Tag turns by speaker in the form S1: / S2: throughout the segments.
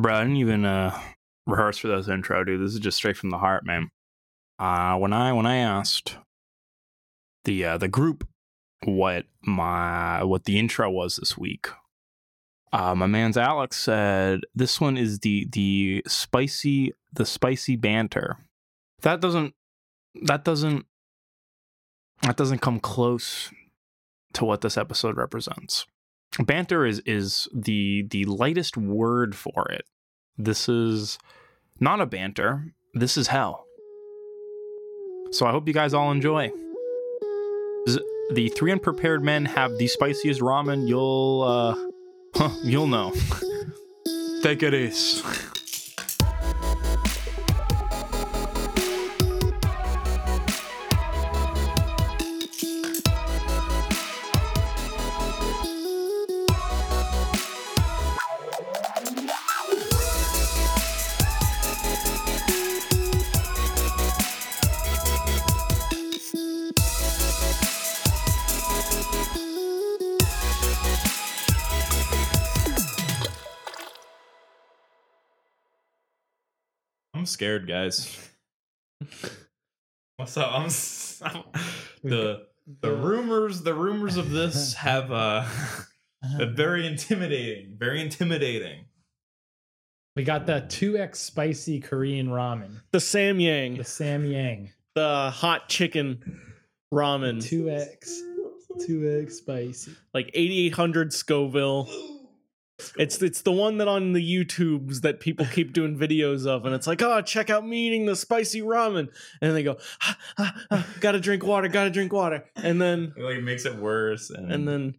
S1: bro, I didn't even uh, rehearse for this intro, dude. This is just straight from the heart, man. Uh, when I when I asked the uh, the group what my what the intro was this week, uh, my man's Alex said this one is the the spicy the spicy banter. That doesn't that doesn't that doesn't come close to what this episode represents. Banter is is the the lightest word for it. This is not a banter. This is hell. So I hope you guys all enjoy. The three unprepared men have the spiciest ramen you'll uh, huh, you'll know. Take it easy.
S2: I'm scared, guys. What's up? I'm, s- I'm- the the rumors. The rumors of this have uh,
S3: uh-huh.
S2: been very intimidating. Very intimidating.
S3: We got the 2x spicy Korean ramen,
S4: the samyang,
S3: the Samyang.
S4: the hot chicken ramen,
S3: 2x, 2x spicy.
S4: like 8800 Scoville. It's it's the one that on the YouTubes that people keep doing videos of, and it's like, oh, check out me eating the spicy ramen, and they go, "Ah, ah, ah, gotta drink water, gotta drink water, and then
S2: It, like makes it worse. And,
S4: and then,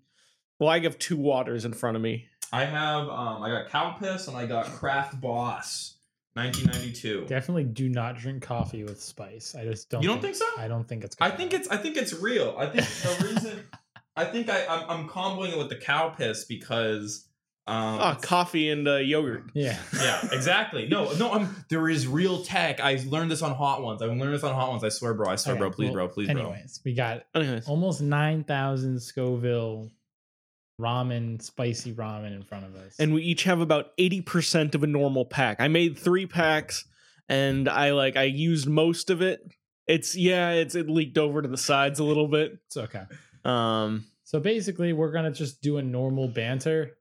S4: well, I have two waters in front of me.
S2: I have um, I got cow piss and I got Kraft Boss, 1992.
S3: Definitely do not drink coffee with spice. I just don't.
S2: You don't think so?
S3: I don't think it's.
S2: I
S3: good.
S2: think it's I think it's real. I think the reason I think I I'm, I'm comboing it with the cow piss because um
S4: Ah, coffee and uh, yogurt.
S3: Yeah.
S2: yeah, exactly. No, no, I'm there is real tech. I learned this on Hot Ones. I learned this on Hot Ones. I swear, bro. I swear,
S3: Okay,
S2: bro. Please,
S3: well,
S2: bro. Please, bro.
S3: Anyways, we got
S4: Anyways,
S3: almost 9,000 Scoville ramen, spicy ramen in front of us.
S4: and we each have about eighty percent of a normal pack. I made three packs, and I like I used most of it. It's yeah, it's it leaked over to the sides a little bit.
S3: it's okay.
S4: Um,
S3: So basically, we're gonna just do a normal banter,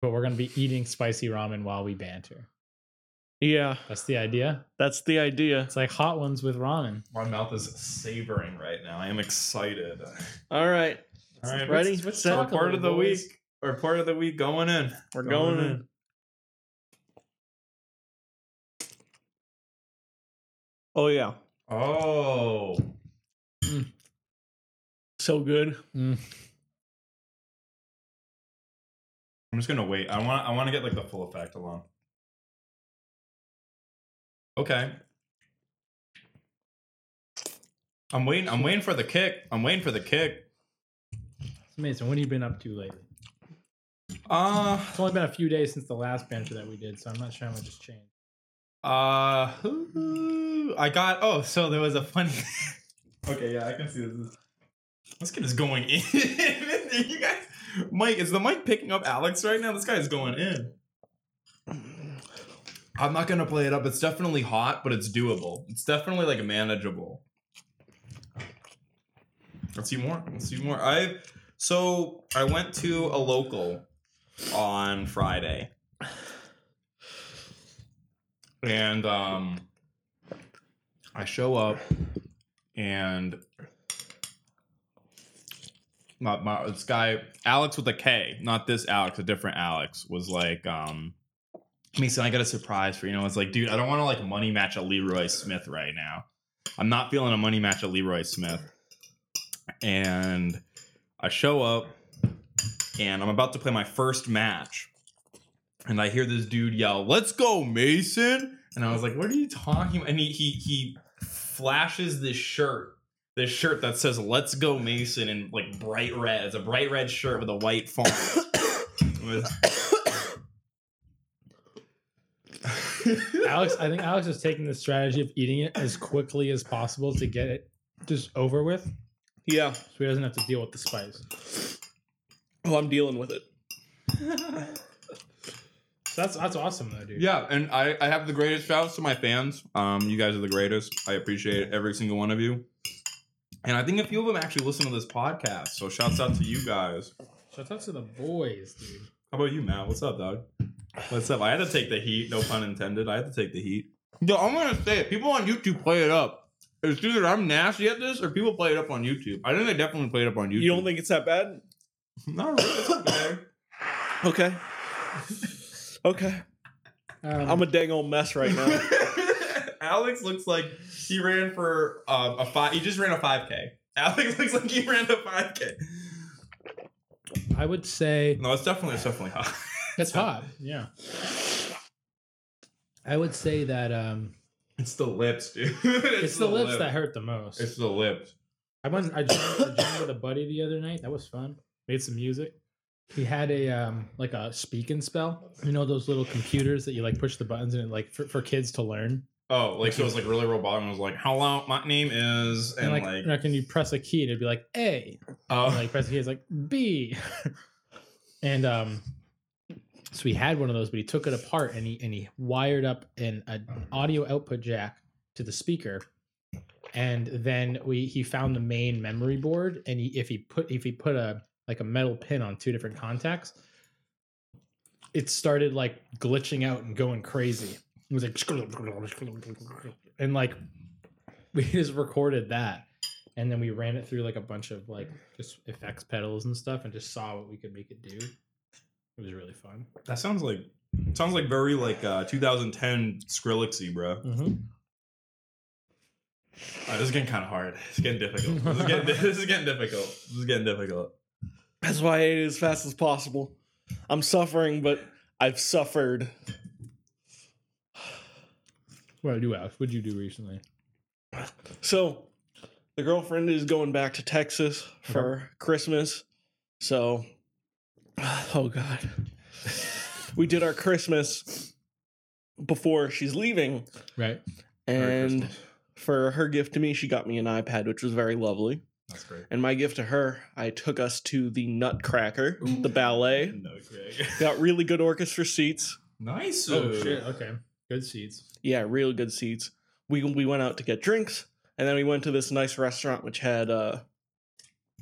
S3: but we're gonna be eating spicy ramen while we banter.
S4: yeah,
S3: That's the idea.
S4: that's the idea.
S3: It's like hot ones with ramen.
S2: My mouth is savoring right now. I am excited.
S4: All right,
S2: All right,
S4: Ready?
S2: What's, what's
S4: Set.
S2: our part of the
S3: Boys.
S2: week? Or part of the week going in.
S4: we're going in. Oh yeah,
S2: Oh,
S4: so good.
S3: Mm.
S2: I'm just gonna wait. I want. I want to get like the full effect along. Okay. I'm waiting. I'm waiting for the kick. I'm waiting for the kick.
S3: Mason, what have you been up to lately?
S2: Uh,
S3: It's only been a few days since the last banter that we did, so I'm not sure how much has changed.
S2: Uh, ooh, I got. Oh, so there was a funny. okay, yeah, I can see this. This kid is going in. you guys, Mike, is the mic picking up Alex right now? This guy is going in. I'm not gonna play it up. It's definitely hot, but it's doable. It's definitely like manageable. Let's see more. Let's see more. I so I went to a local on Friday and um i show up and my, my this guy alex with a k not this alex a different alex was like um mason i got a surprise for you know it's like dude i don't want to like money match a leroy smith right now i'm not feeling a money match a leroy smith and i show up and i'm about to play my first match and I hear this dude yell, "Let's go, Mason!" And I was like, "What are you talking?" about? And he he he flashes this shirt, this shirt that says "Let's go, Mason" in like bright red. It's a bright red shirt with a white font. With-
S3: Alex, I think Alex is taking the strategy of eating it as quickly as possible to get it just over with, so
S4: Yeah.
S3: he doesn't have to deal with the spice.
S4: Oh, I'm dealing with it.
S3: So that's that's awesome though, dude.
S2: Yeah, and I, I have the greatest shouts to my fans. Um, you guys are the greatest. I appreciate every single one of you. And I think a few of them actually listen to this podcast. So shouts out to you guys.
S3: Shout out to the boys, dude.
S2: How about you, Matt? What's up, dog? What's up? I had to take the heat. No pun intended. I had to take the heat. Yo, I'm gonna say it. People on YouTube play it up. It's either I'm nasty at this, or people play it up on YouTube. I think they definitely play it up on YouTube.
S4: You don't think it's that bad?
S2: Not really. It's okay.
S4: Okay. Okay.
S3: Um,
S4: I'm a dang old mess right now.
S2: Alex looks like he ran for um, a five. He just ran a five k. Alex looks like he ran a five k.
S3: I would say
S2: No, it's definitely it's definitely hot.
S3: that's hot. Yeah. I would say that um,
S2: It's the lips, dude. It's,
S3: it's, the, lips
S2: lip.
S3: that hurt the most.
S2: It's the lips.
S3: I went. I joined, I joined with a buddy the other night. That was fun. Made some music. He had a um like a speak and spell. You know those little computers that you like push the buttons and it, like for, for kids to learn.
S2: Oh, like so it was like really robotic. And was like, hello, my name is,
S3: And,
S2: and,
S3: like,
S2: like,
S3: can you press a key? And it'd be like A.
S2: oh,
S3: And, like press a key, it's like B. and um, so he had one of those, but he took it apart and he and he wired up an, an audio output jack to the speaker. And then we he found the main memory board, and he, if he put if he put a like a metal pin on two different contacts, it started like glitching out and going crazy. It was like and like we just recorded that, and then we ran it through like a bunch of like just effects pedals and stuff, and just saw what we could make it do. It was really fun.
S2: that sounds like sounds like very like uh 2010 Skrillexy, bro.
S3: Mm-hmm.
S2: Uh, this is getting kind of hard. It's getting difficult. This is getting, this is getting difficult. This is getting difficult.
S4: That's why I ate it as fast as possible. I'm suffering, but I've suffered.
S3: What did you do, Alex? What did you do recently?
S4: So, the girlfriend is going back to Texas
S2: Uh-huh.
S4: for Christmas. So, oh God. we did our Christmas before she's leaving.
S3: Right.
S2: Merry
S4: And
S2: Christmas.
S4: for her gift to me, she got me an iPad, which was very lovely.
S2: that's great.
S4: And my gift to her, I took us to the Nutcracker, the ballet.
S2: No, Craig.
S4: Got really good orchestra seats.
S2: nice.
S3: Oh shit. Okay. Good seats.
S4: Yeah, real good seats. We we went out to get drinks, and then we went to this nice restaurant which had uh,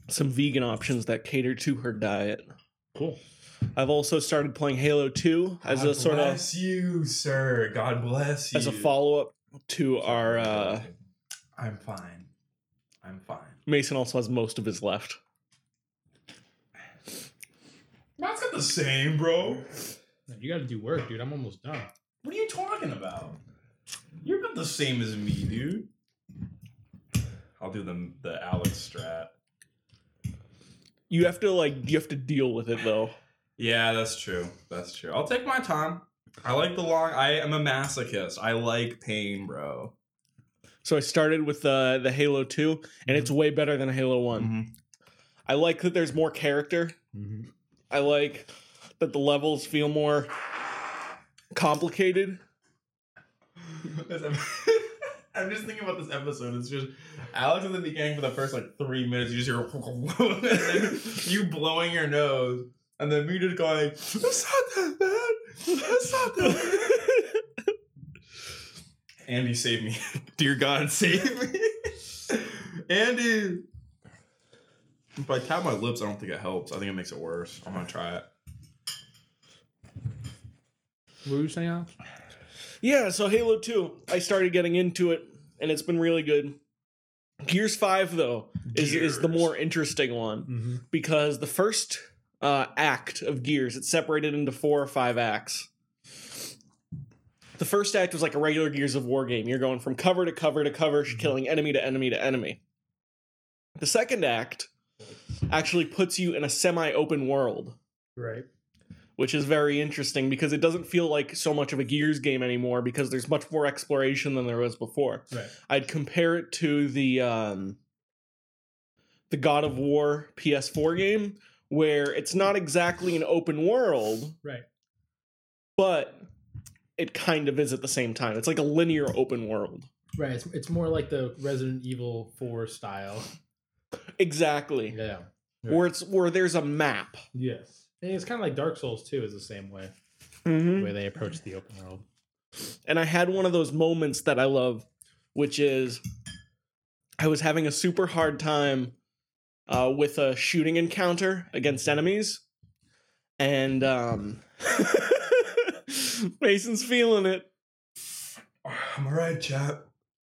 S4: some vegan options that catered to her diet.
S3: Cool.
S4: I've also started playing Halo Two as
S2: God
S4: a sort of
S2: bless you, sir. God bless you.
S4: as a follow up to our. Uh,
S2: I'm fine. I'm fine.
S4: Mason also has most of his left.
S2: Matt's got the same, bro.
S3: You got to do work, dude. I'm almost done.
S2: What are you talking about? You're about the same as me, dude. I'll do the the Alex strat.
S4: You have to like you have to deal with it though.
S2: Yeah, that's true. That's true. I'll take my time. I like the long. I am a masochist. I like pain, bro.
S4: So I started with uh, the Halo Two, and it's way better than Halo One. I like that there's more character.
S3: Mhm.
S4: I like that the levels feel more complicated.
S2: I'm just thinking about this episode. It's just Alex in the beginning for the first like three minutes. You just hear and then you blowing your nose, and then me just going, "That's not that bad. That's not that." bad." Andy, save me, dear God, save me, Andy. If I tap my lips, I don't think it helps. I think it makes it worse. I'm gonna try it.
S3: What were you saying, Alex?
S4: Yeah, so Halo 2, I started getting into it and it's been really good. Gears 5 though is is the
S2: Gears.
S4: more interesting one
S3: Mm-hmm.
S4: because the first uh, act of Gears it's separated into four or five acts. The first act was like a regular Gears of War game. You're going from cover to cover to cover, killing enemy to enemy to enemy. The second act actually puts you in a semi-open world
S3: Right.
S4: which is very interesting because it doesn't feel like so much of a Gears game anymore because there's much more exploration than there was before.
S3: Right.
S4: I'd compare it to the um, the God of War PS4 game where it's not exactly an open world,
S3: Right.
S4: but it kind of is at the same time. It's like a linear open world.
S3: Right. It's, it's more like the Resident Evil 4 style.
S4: Exactly.
S3: Yeah.
S4: Where it's where there's a map.
S3: Yes. And it's kind of like Dark Souls 2 is the same way. the
S4: Mm-hmm.
S3: way they approach the open world.
S4: and I had one of those moments that I love, which is I was having a super hard time uh, with a shooting encounter against enemies, and um, Mason's feeling it.
S2: I'm all right, chat.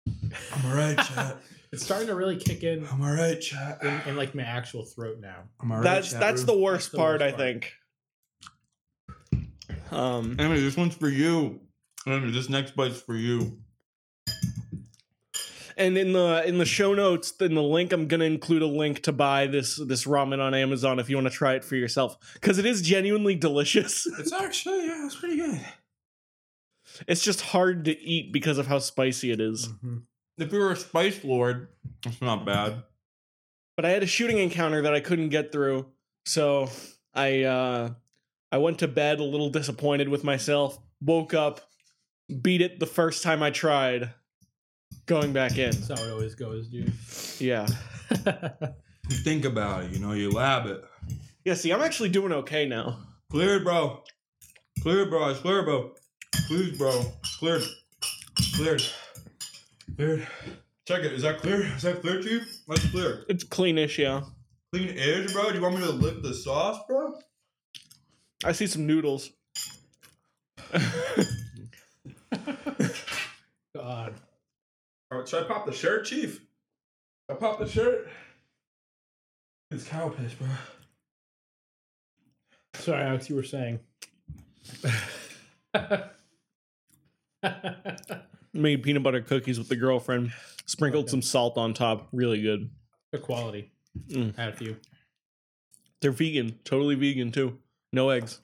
S2: I'm all right, chat.
S3: It's starting to really kick in
S2: I'm all right, chat.
S3: in, in like my actual throat now.
S2: I'm all right,
S4: that's
S2: chat
S4: that's
S2: room.
S4: the worst
S3: That's the
S4: part,
S3: worst
S4: I
S3: part.
S4: think. Um,
S2: Anyway, this one's for you. Anyway, this next bite's for you.
S4: and in the in the show notes in the link i'm gonna include a link to buy this this ramen on amazon if you want to try it for yourself because it is genuinely delicious
S2: It's actually yeah, it's pretty good.
S4: it's just hard to eat because of how spicy it is
S3: Mm. Mm-hmm.
S2: If you were a spice lord, it's not bad.
S4: but i had a shooting encounter that i couldn't get through so i uh i went to bed a little disappointed with myself woke up beat it the first time i tried going back in
S3: That's how it always goes, dude.
S4: yeah
S2: You think about it, you know, you lab it.
S4: yeah see i'm actually doing okay now
S2: Cleared, bro. Cleared, bro. I swear, bro. Please, bro. Cleared. Cleared. Cleared. Check it. Is that clear? Is that clear, Chief? That's clear.
S4: it's cleanish yeah
S2: Clean edge, bro. Do you want me to lick the sauce, bro?
S4: I see some noodles.
S3: God.
S2: Or should I pop the shirt, Chief? I pop the shirt. It's cow piss, bro.
S3: Sorry, Alex, you were saying. the
S4: Made peanut butter cookies with the girlfriend. Sprinkled some salt on top. Really good.
S3: quality.
S4: Mm.
S3: Had a few.
S4: They're vegan. Totally vegan too. No eggs.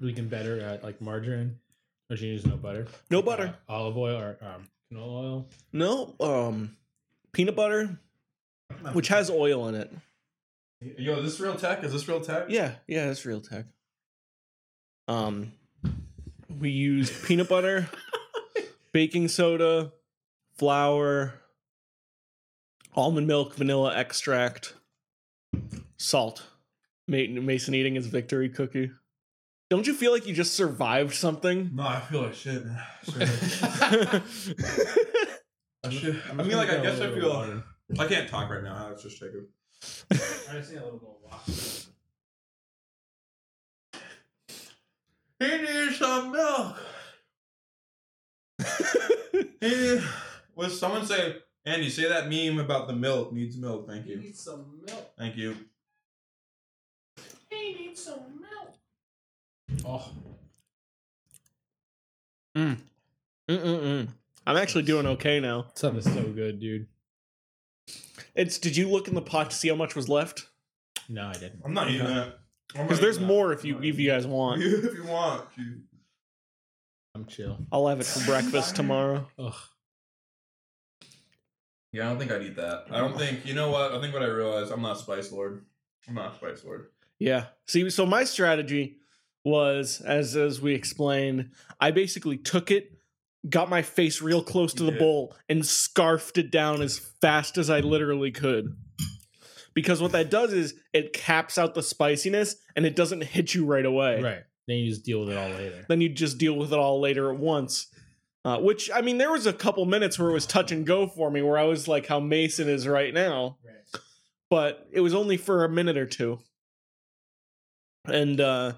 S3: We can better at like margarine, or she uses no butter.
S4: No butter.
S3: Uh, olive oil or um, canola oil.
S4: No um peanut butter which has oil in it.
S2: Yo, is this real tech? Is this real tech?
S4: Yeah, yeah, that's real tech. Um we used peanut butter, baking soda, flour, almond milk, vanilla extract, salt. Ma- Mason eating his victory cookie. Don't you feel like you just survived something?
S2: No, I feel like shit, man. Straight up. I, should- I
S3: I'm
S2: mean,
S3: just
S2: like,
S3: gonna grab
S2: I
S3: a
S2: guess I
S3: little
S2: feel.
S3: water.
S2: I can't talk right now. Let's just take it.
S3: I just need a little bit of water.
S2: He needs some milk. He need- was someone say, Andy, say that meme about the milk needs milk. Thank you.
S3: Need some milk.
S2: Thank you.
S3: He needs some milk. Oh,
S4: Mm-mm-mm. I'm actually doing okay now.
S3: stuff is so good, dude.
S4: It's did you look in the pot to see how much was left?
S3: No, I didn't.
S2: I'm not eating that. I'm not
S4: Because there's
S2: eating
S4: more
S2: that.
S4: if you
S2: I'm not
S4: if you guys want.
S2: eating that. if you want. you-
S3: I'm chill.
S4: I'll have it for breakfast tomorrow.
S3: Ugh.
S2: Yeah, I don't think I'd eat that. I don't think. You know what? I think what I realized, I'm not Spice Lord. I'm not Spice Lord.
S4: Yeah. See, so my strategy was as as we explained, I basically took it, got my face real close to the
S2: Yeah.
S4: bowl, and scarfed it down as fast as I literally could. Because what that does is it caps out the spiciness and it doesn't hit you right away.
S3: Right. Then you just deal with it all later.
S4: Then you just deal with it all later at once. Uh, which I mean, there was a couple minutes where it was touch and go for me, where I was like how Mason is right now
S3: Right.
S4: but it was only for a minute or two. And uh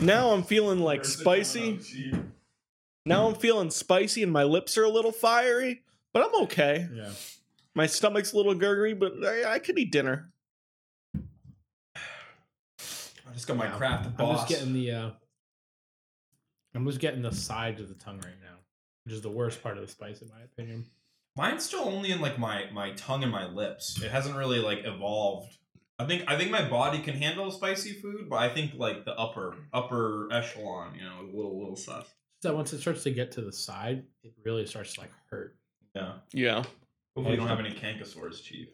S4: now I'm feeling like
S2: Where's the
S4: spicy.
S2: donut?
S4: Now I'm feeling spicy and my lips are a little fiery, but I'm okay.
S3: Yeah.
S4: My stomach's a little gurgly, but I, I could eat dinner.
S2: I just got my
S3: Yeah.
S2: craft
S3: I'm just
S2: boss.
S3: getting the. uh I'm just getting the sides of the tongue right now, which is the worst part of the spice, in my opinion.
S2: Mine's still only in like my my tongue and my lips. It hasn't really like evolved. I think I think my body can handle spicy food, but I think like the upper upper echelon, you know, a little little sus.
S3: So once it starts to get to the side, it really starts to like hurt.
S2: Yeah.
S4: Yeah.
S2: Hopefully, you don't have any cankasaurs, chief.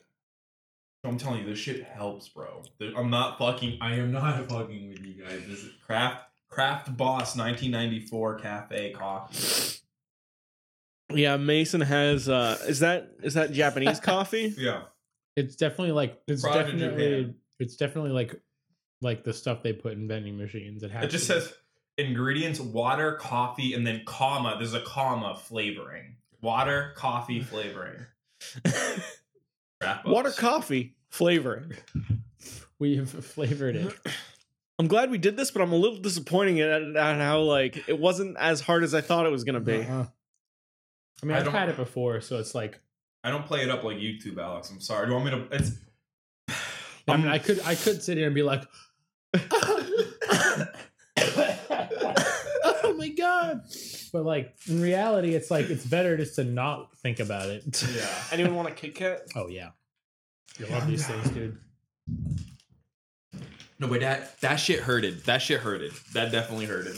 S2: I'm telling you, this shit helps, bro. Th- I'm not fucking. I am not fucking with you guys. This is craft craft boss 1994 cafe coffee.
S4: Yeah, Mason has uh is that is that Japanese coffee?
S2: Yeah.
S3: It's definitely like it's
S2: Product of
S3: definitely
S2: Japan.
S3: it's definitely like like the stuff they put in vending machines. It has
S2: It just
S3: to be.
S2: says ingredients water, coffee, and then comma. There's a comma flavoring. Water, coffee, flavoring. Wrap-ups.
S4: Water coffee flavoring.
S3: We have flavored it.
S4: I'm glad we did this, but I'm a little disappointed at, at how like it wasn't as hard as I thought it was gonna be.
S3: Uh-uh. I mean,
S2: I
S3: I have
S2: don't-
S3: had it before, so it's like
S2: I don't play it up like YouTube, Alex. I'm sorry. Do you want me to? It's.
S3: I mean, I could I could sit here and be like, oh my god, but like in reality, it's like it's better just to not think about it.
S2: yeah.
S4: Anyone want a Kit Kat?
S3: Oh yeah, you love these things, dude.
S2: No, but that that shit hurted. That shit hurted. That definitely hurted.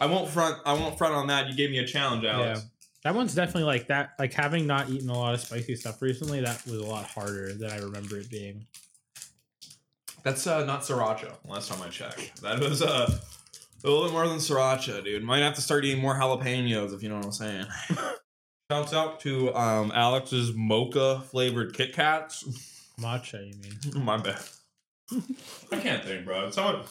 S2: I won't front. I won't front on that. You gave me a challenge, Alex.
S3: That one's definitely like that. Like having not eaten a lot of spicy stuff recently, that was a lot harder than I remember it being.
S2: That's uh, not sriracha. Last time I checked, that was uh, a little bit more than sriracha, dude. Might have to start eating more jalapenos if you know what I'm saying. Shouts out to um, Alex's mocha flavored Kit Kats.
S3: Matcha, you mean?
S2: My bad. I can't think, bro. Someone,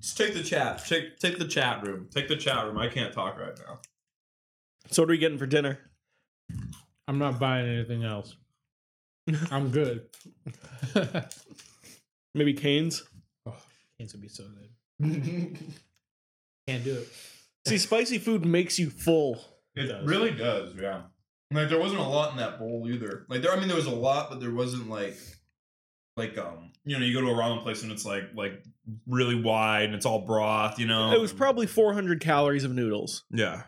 S2: just take the chat. Take take the chat room. Take the chat room. I can't talk right now.
S4: So what are we getting for dinner?
S3: I'm not buying anything else. I'm good. Canes
S4: Maybe Canes.
S3: would be so good. Can't do it.
S4: See, spicy food makes you full.
S2: It
S3: does.
S2: really does, yeah. Like there wasn't a lot in that bowl either. Like there, I mean, there was a lot, but there wasn't like, like um, you know, you go to a ramen place and it's like like really wide and it's all broth, you know.
S4: It was probably 400 calories of noodles.
S2: yeah.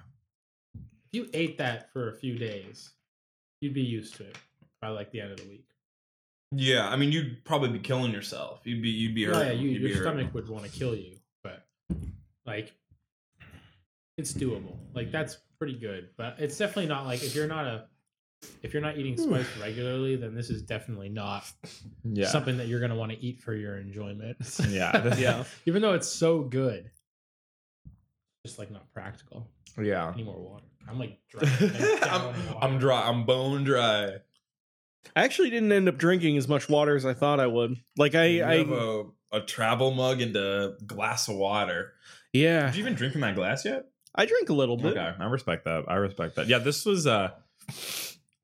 S3: If you ate that for a few days, you'd be used to it by like the end of the week.
S2: Yeah, I mean, you'd probably be killing yourself. You'd be, you'd be
S3: Yeah,
S2: hurt.
S3: Oh, yeah, you,
S2: you'd be
S3: your
S2: hurting.
S3: stomach would want to kill you, but like it's doable. Like that's pretty good, but it's definitely not like if you're not a if you're not eating
S2: Hmm.
S3: spice regularly, then this is definitely not
S1: Yeah.
S3: something that you're going to want to eat for your enjoyment.
S1: Yeah.
S4: Yeah.
S3: Even though it's so good, just like not practical.
S1: yeah.
S3: I need more water. I'm like dry. I'm, down on water.
S2: I'm dry. I'm bone dry.
S4: I actually didn't end up drinking as much water as I thought I would. Like I,
S2: You have
S4: I
S2: a, a travel mug and a glass of water.
S4: yeah,
S2: Did you even drink from that glass yet?
S4: I drink a little bit.
S2: Okay, I respect that. I respect that. Yeah, this was uh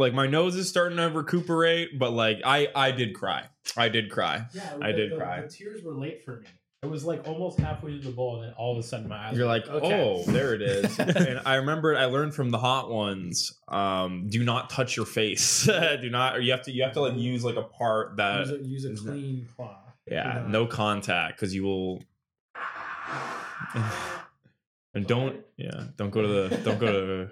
S2: like my nose is starting to recuperate, but like I I did cry. I did cry.
S3: Yeah,
S2: I did cry.
S3: The tears were late for me. It was like almost halfway to the bowl, and then all of a sudden my eyes.
S2: You're like,
S3: Okay.
S2: oh, there it is. and I remembered I learned from the hot ones. Um, do not touch your face. do not. Or you have to. You have to like use like a part that.
S3: use, a, use a
S2: is that-
S3: clean cloth.
S2: yeah.
S3: Yeah.
S2: No contact, because you will. and don't. Yeah. Don't go to the. Don't go to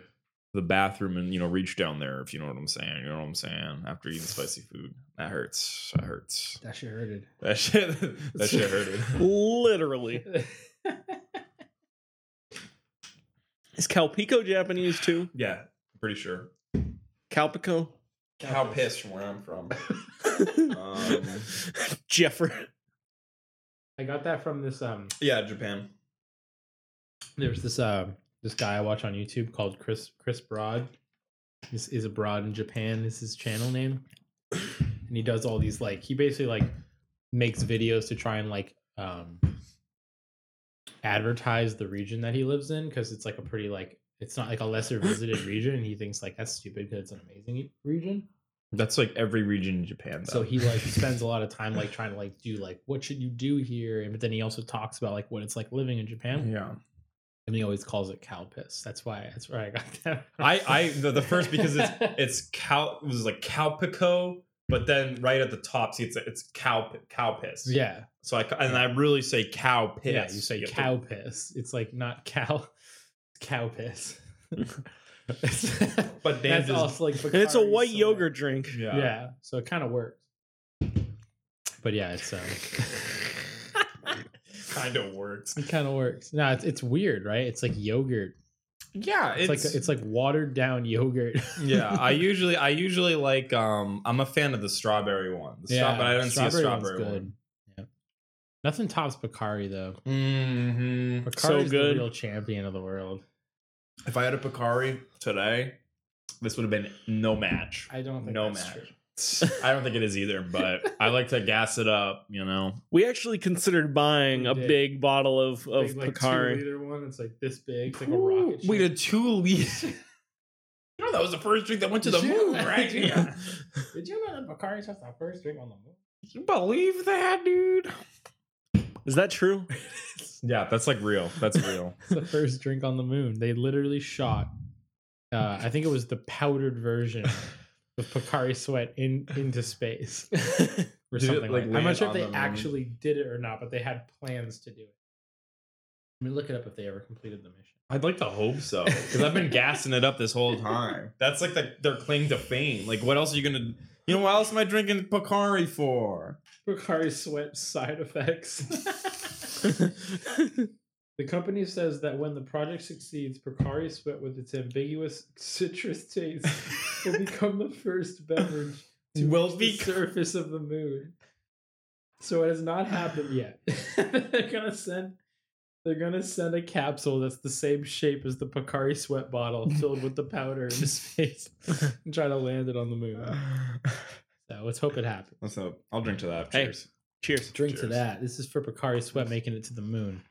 S2: the bathroom and you know reach down there if you know what I'm saying. You know what I'm saying. After eating spicy food, that hurts. That hurts.
S3: That shit hurted.
S2: That shit. That shit hurted.
S4: Literally. Is Calpico Japanese too?
S2: Yeah. Pretty sure.
S4: Calpico?
S2: Cow piss from where I'm from. Um,
S4: Jeffrey.
S3: I got that from this um.
S2: Yeah, Japan.
S3: There's this um this guy I watch on YouTube called Chris Chris Broad. This is abroad in Japan. Is his channel name, and he does all these like he basically like makes videos to try and like um advertise the region that he lives in because it's like a pretty like it's not like a lesser visited region and he thinks like that's stupid because it's an amazing region
S2: That's like every region in Japan.
S3: so he like spends a lot of time like trying to like do like what should you do here and but then he also talks about like what it's like living in japan
S2: yeah.
S3: and he always calls it cow piss that's why that's where i got that
S2: I I the, the first because it's it's cow it was like cowpico, but then right at the top, see it's it's cow cow piss.
S3: yeah
S2: So I and I really say cow piss.
S3: yeah you say
S2: have to-
S3: cow piss it's like not cow cow piss but
S2: but Dan
S3: that's
S2: just-
S3: also like
S4: And it's a
S3: Bacardi
S4: white
S3: soda.
S4: yogurt drink.
S2: yeah.
S3: yeah. so it kind of works but yeah it's um
S2: kind of works.
S3: it kind of works no it's, it's weird right it's like yogurt
S2: Yeah,
S3: it's, like it's like watered down yogurt
S2: yeah. I usually I usually like um I'm a fan of the strawberry one. The straw- but I don't see a
S3: one's
S2: strawberry one.
S3: good. Yeah. Nothing tops Bakari though.
S2: Mm-hmm.
S3: Bakari's
S4: good.
S3: the real champion of the world.
S2: If I had a Picari today, this would have been no match.
S3: I don't
S2: think No that's match. true. I don't think it is either, but I like to gas it up, you know.
S4: We actually considered buying
S3: We
S4: a
S3: did.
S4: big bottle of of
S3: Big, like
S4: Picari.
S3: two liter one. It's like this big. It's like a rocket.
S1: We
S3: ship.
S1: did two leads.
S2: You know that was the first drink that went to the
S3: Did you-
S2: moon, right?
S3: did you-
S2: Yeah.
S3: Did you know that Bacardi's just the first drink on the moon?
S1: You believe that, dude?
S4: Is that true?
S2: Yeah, that's like real. That's real.
S3: It's the first drink on the moon. They literally shot. Uh, I think it was the powdered version of Picari sweat in into space or
S2: Did it,
S3: something
S2: like,
S3: like. that. I'm not
S2: land
S3: sure if
S2: on
S3: they
S2: the moon?
S3: actually did it or not, but they had plans to do it. I mean, look it up if they ever completed the mission.
S2: I'd like to hope so because I've been gassing it up this whole time. That's like the, their claim to fame. Like, what else are you gonna? You know, what else am I drinking Picari for?
S3: Picari sweat side effects. The company says that when the project succeeds, Picari Sweat, with its ambiguous citrus taste, will become the first beverage to
S2: Will
S3: reach
S2: bec-
S3: the surface of the moon. So it has not happened yet. they're gonna send, they're gonna send a capsule that's the same shape as the Picari Sweat bottle, filled with the powder into space, and try to land it on the moon.
S2: Uh,
S3: So let's hope it happens.
S2: Let's hope. I'll drink to that.
S4: Hey.
S2: Cheers.
S4: Cheers.
S3: Drink to
S2: Cheers.
S3: that. This is for Picari Sweat making it to the moon.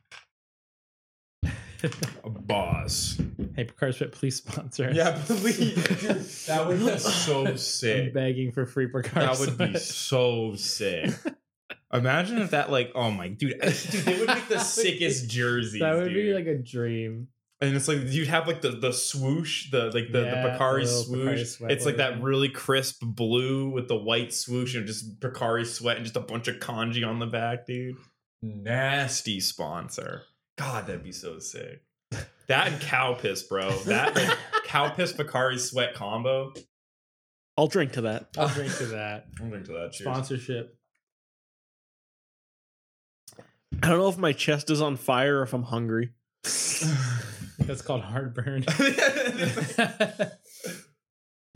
S2: A boss.
S3: Hey, Picari Sweat, please sponsor us.
S2: Yeah, please. Dude, that would be so
S3: I'm
S2: sick.
S3: begging for free Picari
S2: That would be
S3: Sweat.
S2: so sick. Imagine if that, like, oh my, dude, I- dude, they would make the sickest jerseys.
S3: That would be
S2: dude.
S3: like a dream.
S2: and it's like you'd have like the the swoosh, the like the,
S3: Yeah,
S2: the Picari
S3: the little
S2: swoosh.
S3: Picari sweat
S2: it's like that
S3: logo.
S2: really crisp blue with the white swoosh and just Picari sweat and just a bunch of kanji on the back, dude. Nasty sponsor. God, that'd be so sick. That and cow piss, bro. That like, cow piss Picari sweat combo.
S4: I'll drink to that.
S3: I'll drink to that.
S2: I'm into that. Cheers.
S3: Sponsorship.
S4: I don't know if my chest is on fire or if I'm hungry.
S3: That's called heartburn.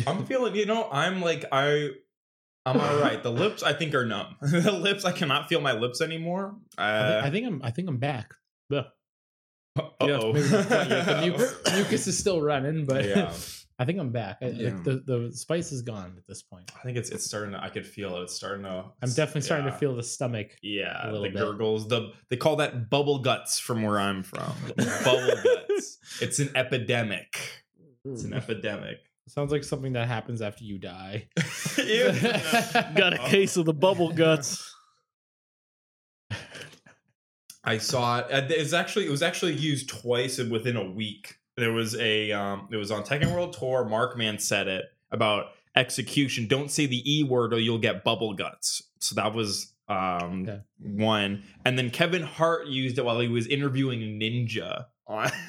S2: I'm feeling, you know, I'm like I, I'm all right. The lips, I think, are numb. the lips, I cannot feel my lips anymore.
S3: I, thi- I
S2: Uh,
S3: think I'm. I think I'm back. Yeah. Yeah,
S2: oh,
S3: maybe not quite yet. The mu- mucus is still running, but
S2: yeah,
S3: I think I'm back. I,
S2: Yeah.
S3: the, the the spice is gone at this point.
S2: I think it's it's starting to. I could feel it. It's starting to.
S3: I'm definitely starting to
S2: yeah.
S3: feel the stomach.
S2: Yeah,
S3: a
S2: the
S3: little bit.
S2: gurgles. The they call that bubble guts from where I'm from. bubble guts. It's an epidemic. It's
S3: Hmm.
S2: an epidemic.
S3: Sounds like something that happens after you die.
S2: Ew.
S4: Got a
S2: Um,
S4: case of the
S3: Oh.
S4: bubble guts.
S2: I saw it. uh, It's actually it was actually used twice in- within a week. There was a um, it was on Tekken World Tour. Markman said it about execution. Don't say the e word or you'll get bubble guts. So that was um,
S3: Okay.
S2: one. And then Kevin Hart used it while he was interviewing Ninja. On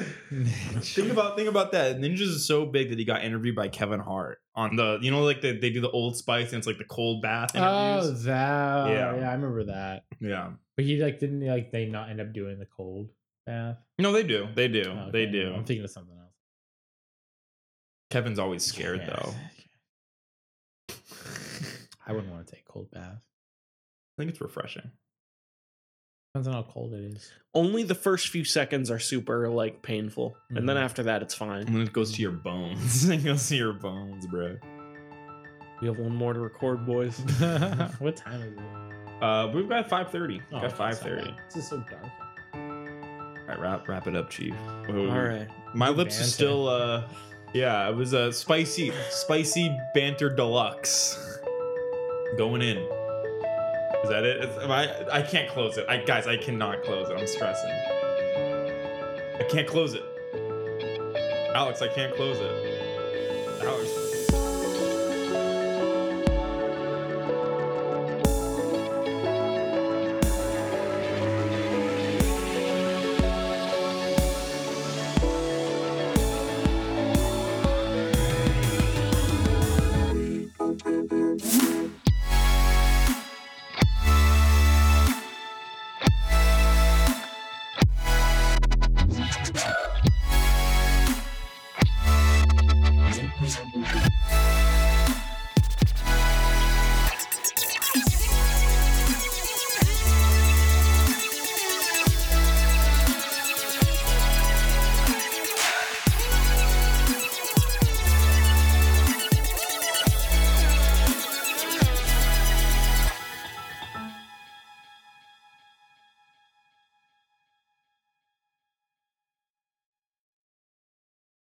S2: think about think about that. Ninja's is so big that he got interviewed by Kevin Hart on the you know like they, they do the Old Spice and it's like the cold bath
S3: oh,
S2: interviews.
S3: that.
S2: Yeah.
S3: Yeah. I remember that.
S2: Yeah.
S3: But he like didn't he, like they not end up doing the cold bath. Oh,
S2: No, they do. They do.
S3: Okay,
S2: They
S3: no,
S2: do.
S3: I'm thinking of something else.
S2: Kevin's always scared
S3: Yeah.
S2: though.
S3: I wouldn't want to take cold bath.
S2: I think it's refreshing.
S3: Depends on how cold it is.
S4: Only the first few seconds are super like painful, and then
S3: Mhm.
S4: after that, it's fine.
S2: And then it goes to your bones. it goes to your bones, bro.
S4: We have one more to record, boys.
S3: what time is it?
S2: Uh, we've got five thirty.
S3: Oh,
S2: got
S3: it's not
S2: five thirty.
S3: bad. This is so dark.
S2: All right, wrap wrap it up, chief.
S4: All right.
S2: My
S3: Good
S2: lips are
S3: banter.
S2: still. uh Yeah, it was a spicy, spicy banter deluxe. Going in. Is that it? It's- am I I can't close it. I guys, I cannot close it. I'm stressing. I can't close it. Alex, I can't close it. Alex.